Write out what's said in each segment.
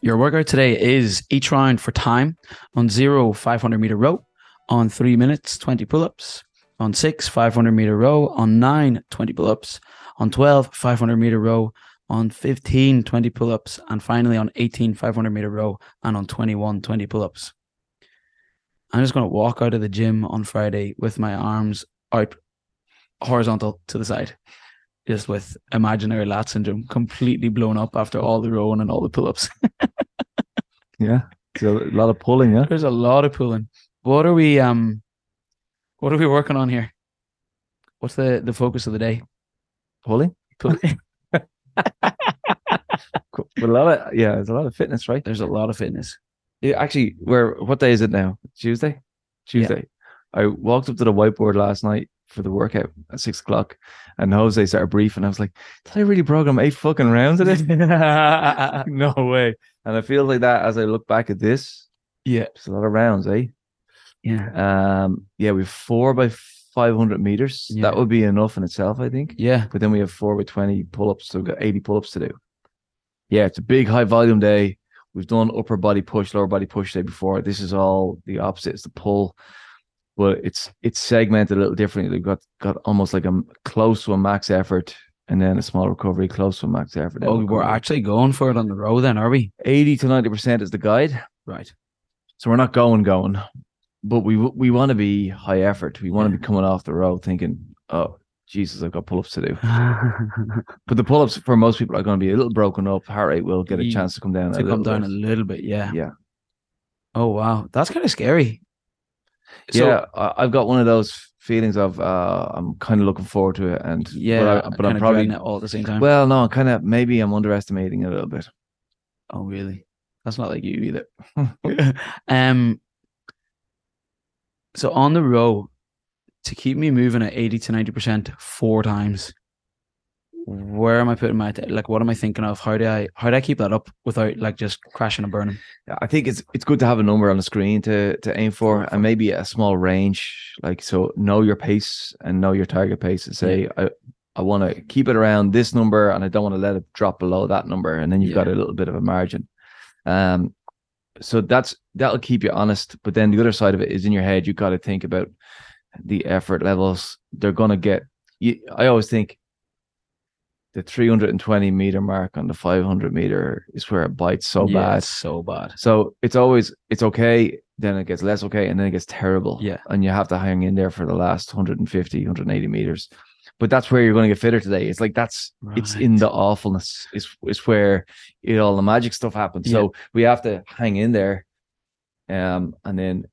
Your workout today is each round for time on zero 500 meter row, on three minutes, 20 pull ups, on six 500 meter row, on nine 20 pull ups, on 12 500 meter row, on 15 20 pull ups, and finally on 18 500 meter row, and on 21 20 pull ups. I'm just going to walk out of the gym on Friday with my arms out horizontal to the side, just with imaginary lat syndrome completely blown up after all the rowing and all the pull ups. Yeah. It's a lot of pulling, yeah. There's a lot of pulling. What are we um what are we working on here? What's the the focus of the day? Pulling. Pulling. Cool. But a lot of yeah, there's a lot of fitness, right? There's a lot of fitness. Yeah, actually, where what day is it now? Tuesday. Tuesday. I walked up to the whiteboard last night for the workout at six o'clock, and Jose started briefing. I was like, "Did I really program eight fucking rounds of this? no way!" And I feel like that as I look back at this. Yeah. it's a lot of rounds, eh? Yeah. Um, yeah, we have four by five hundred meters. Yeah. That would be enough in itself, I think. Yeah. But then we have four by twenty pull-ups, so we've got eighty pull-ups to do. Yeah, it's a big high volume day. We've done upper body push, lower body push day before. This is all the opposite. It's the pull, but it's it's segmented a little differently. We've got got almost like a m- close to a max effort, and then a small recovery close to a max effort. then Oh, we're recovery. actually going for it on the row then, are we? eighty to ninety percent is the guide. Right. So we're not going going, but we w- we want to be high effort. We want to be coming off the road thinking, oh Jesus, I've got pull ups to do. to But the pull ups for most people are going to be a little broken up. Heart rate will get a Ye- chance to come down. Mm. a come little down a bit. little bit, yeah. Yeah. Oh wow. That's kind of scary. yeah, I, I've got one of those feelings of uh, I'm kind of looking forward to it, and Yeah, but, I, but I'm kinda dreading probably it all at the same time. well, no, kind of maybe I'm underestimating it a little bit. oh really? That's not like you either. um so on the row, to keep me moving at 80 to 90% four times, where am I putting my like what am I thinking of? How do I how do I keep that up without like just crashing and burning? I think it's it's good to have a number on the screen to to aim for, and maybe a small range. Like so, know your pace and know your target pace, and say I I want to keep it around this number, and I don't want to let it drop below that number, and then you've got a little bit of a margin. Um, so that's that'll keep you honest. But then the other side of it is in your head. You've got to think about the effort levels. They're gonna get. You, I always think the 320 meter mark on the 500 meter is where it bites so Yeah, bad. it's so bad. So it's always it's okay, then it gets less okay, and then it gets terrible. Yeah. And you have to hang in there for the last 150, 180 meters. But that's where you're going to get fitter today. It's like that's it's in Right. the awfulness. It's it's where it, all the magic stuff happens. So we have to hang in there, um, and then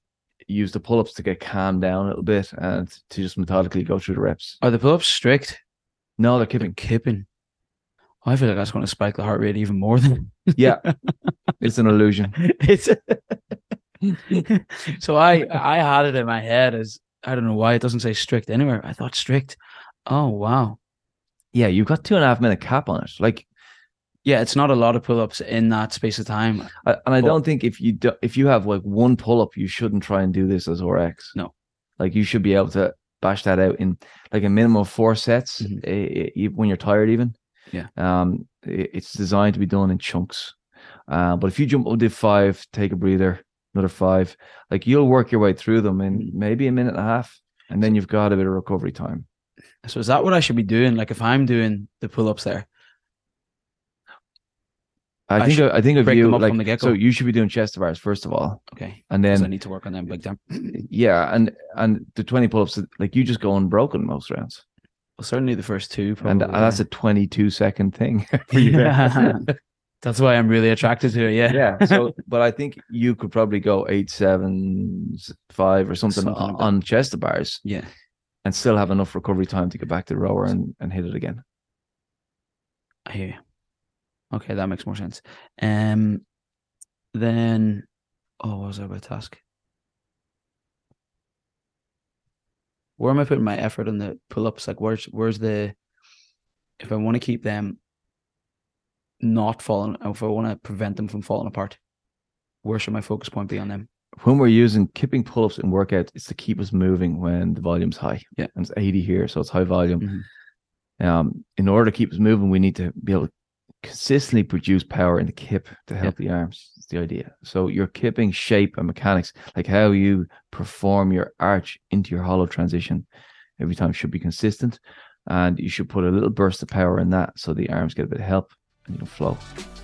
use the pull ups to get calmed down a little bit and to just methodically go through the reps. Are the pull-ups strict? No, they're keeping. Kipping. I feel like that's going to spike the heart rate even more than Yeah, it's an illusion. it's. so I I had it in my head as I don't know why it doesn't say strict anywhere. I thought strict. Oh wow. Yeah, you've got two and a half minute cap on it. Like Yeah, it's not a lot of pull-ups in that space of time. I, and I But- don't think if you do, if you have like one pull up, you shouldn't try and do this as RX. No. like you should be able to bash that out in like a minimum of four sets Mhm. eh, eh, e- when you're tired. Even Yeah. um, i- it's designed to be done in chunks. Uh, but if you jump up to five, take a breather, another five, like you'll work your way through them in Mm-hmm. maybe a minute and a half, and then you've got a bit of recovery time. So is that what I should be doing? Like if I'm doing the pull-ups there, I, I think should I think of break you them up like from the get-go. so you should be doing chest to bars first of all, okay, and then because I need to work on them big time. Well, Yeah, and and the twenty pull-ups, like you just go unbroken most rounds, certainly the first two, and, probably. and that's yeah. a twenty-two second thing for you. That's why I'm really attracted to it. Yeah, yeah. So, but I think you could probably go eight, seven, s- five, or something, Something on, like that. on chest to bars, yeah. and still have enough recovery time to get back to the rower and, and hit it again. I hear you. Okay, that makes more sense. Um, then, oh, what was I about to ask? Where am I putting my effort on the pull-ups? Like, where's where's the? If I want to keep them not falling, if I want to prevent them from falling apart, where should my focus point be on them? When we're using kipping pull-ups in workouts, it's to keep us moving when the volume's high. Yeah. and it's eighty here, so it's high volume. Mhm. Um, in order to keep us moving, we need to be able to consistently produce power in the kip to help the arms. It's the idea. So your kipping shape and mechanics, like how you perform your arch into your hollow transition every time should be consistent. And you should put a little burst of power in that so the arms get a bit of help and you can flow.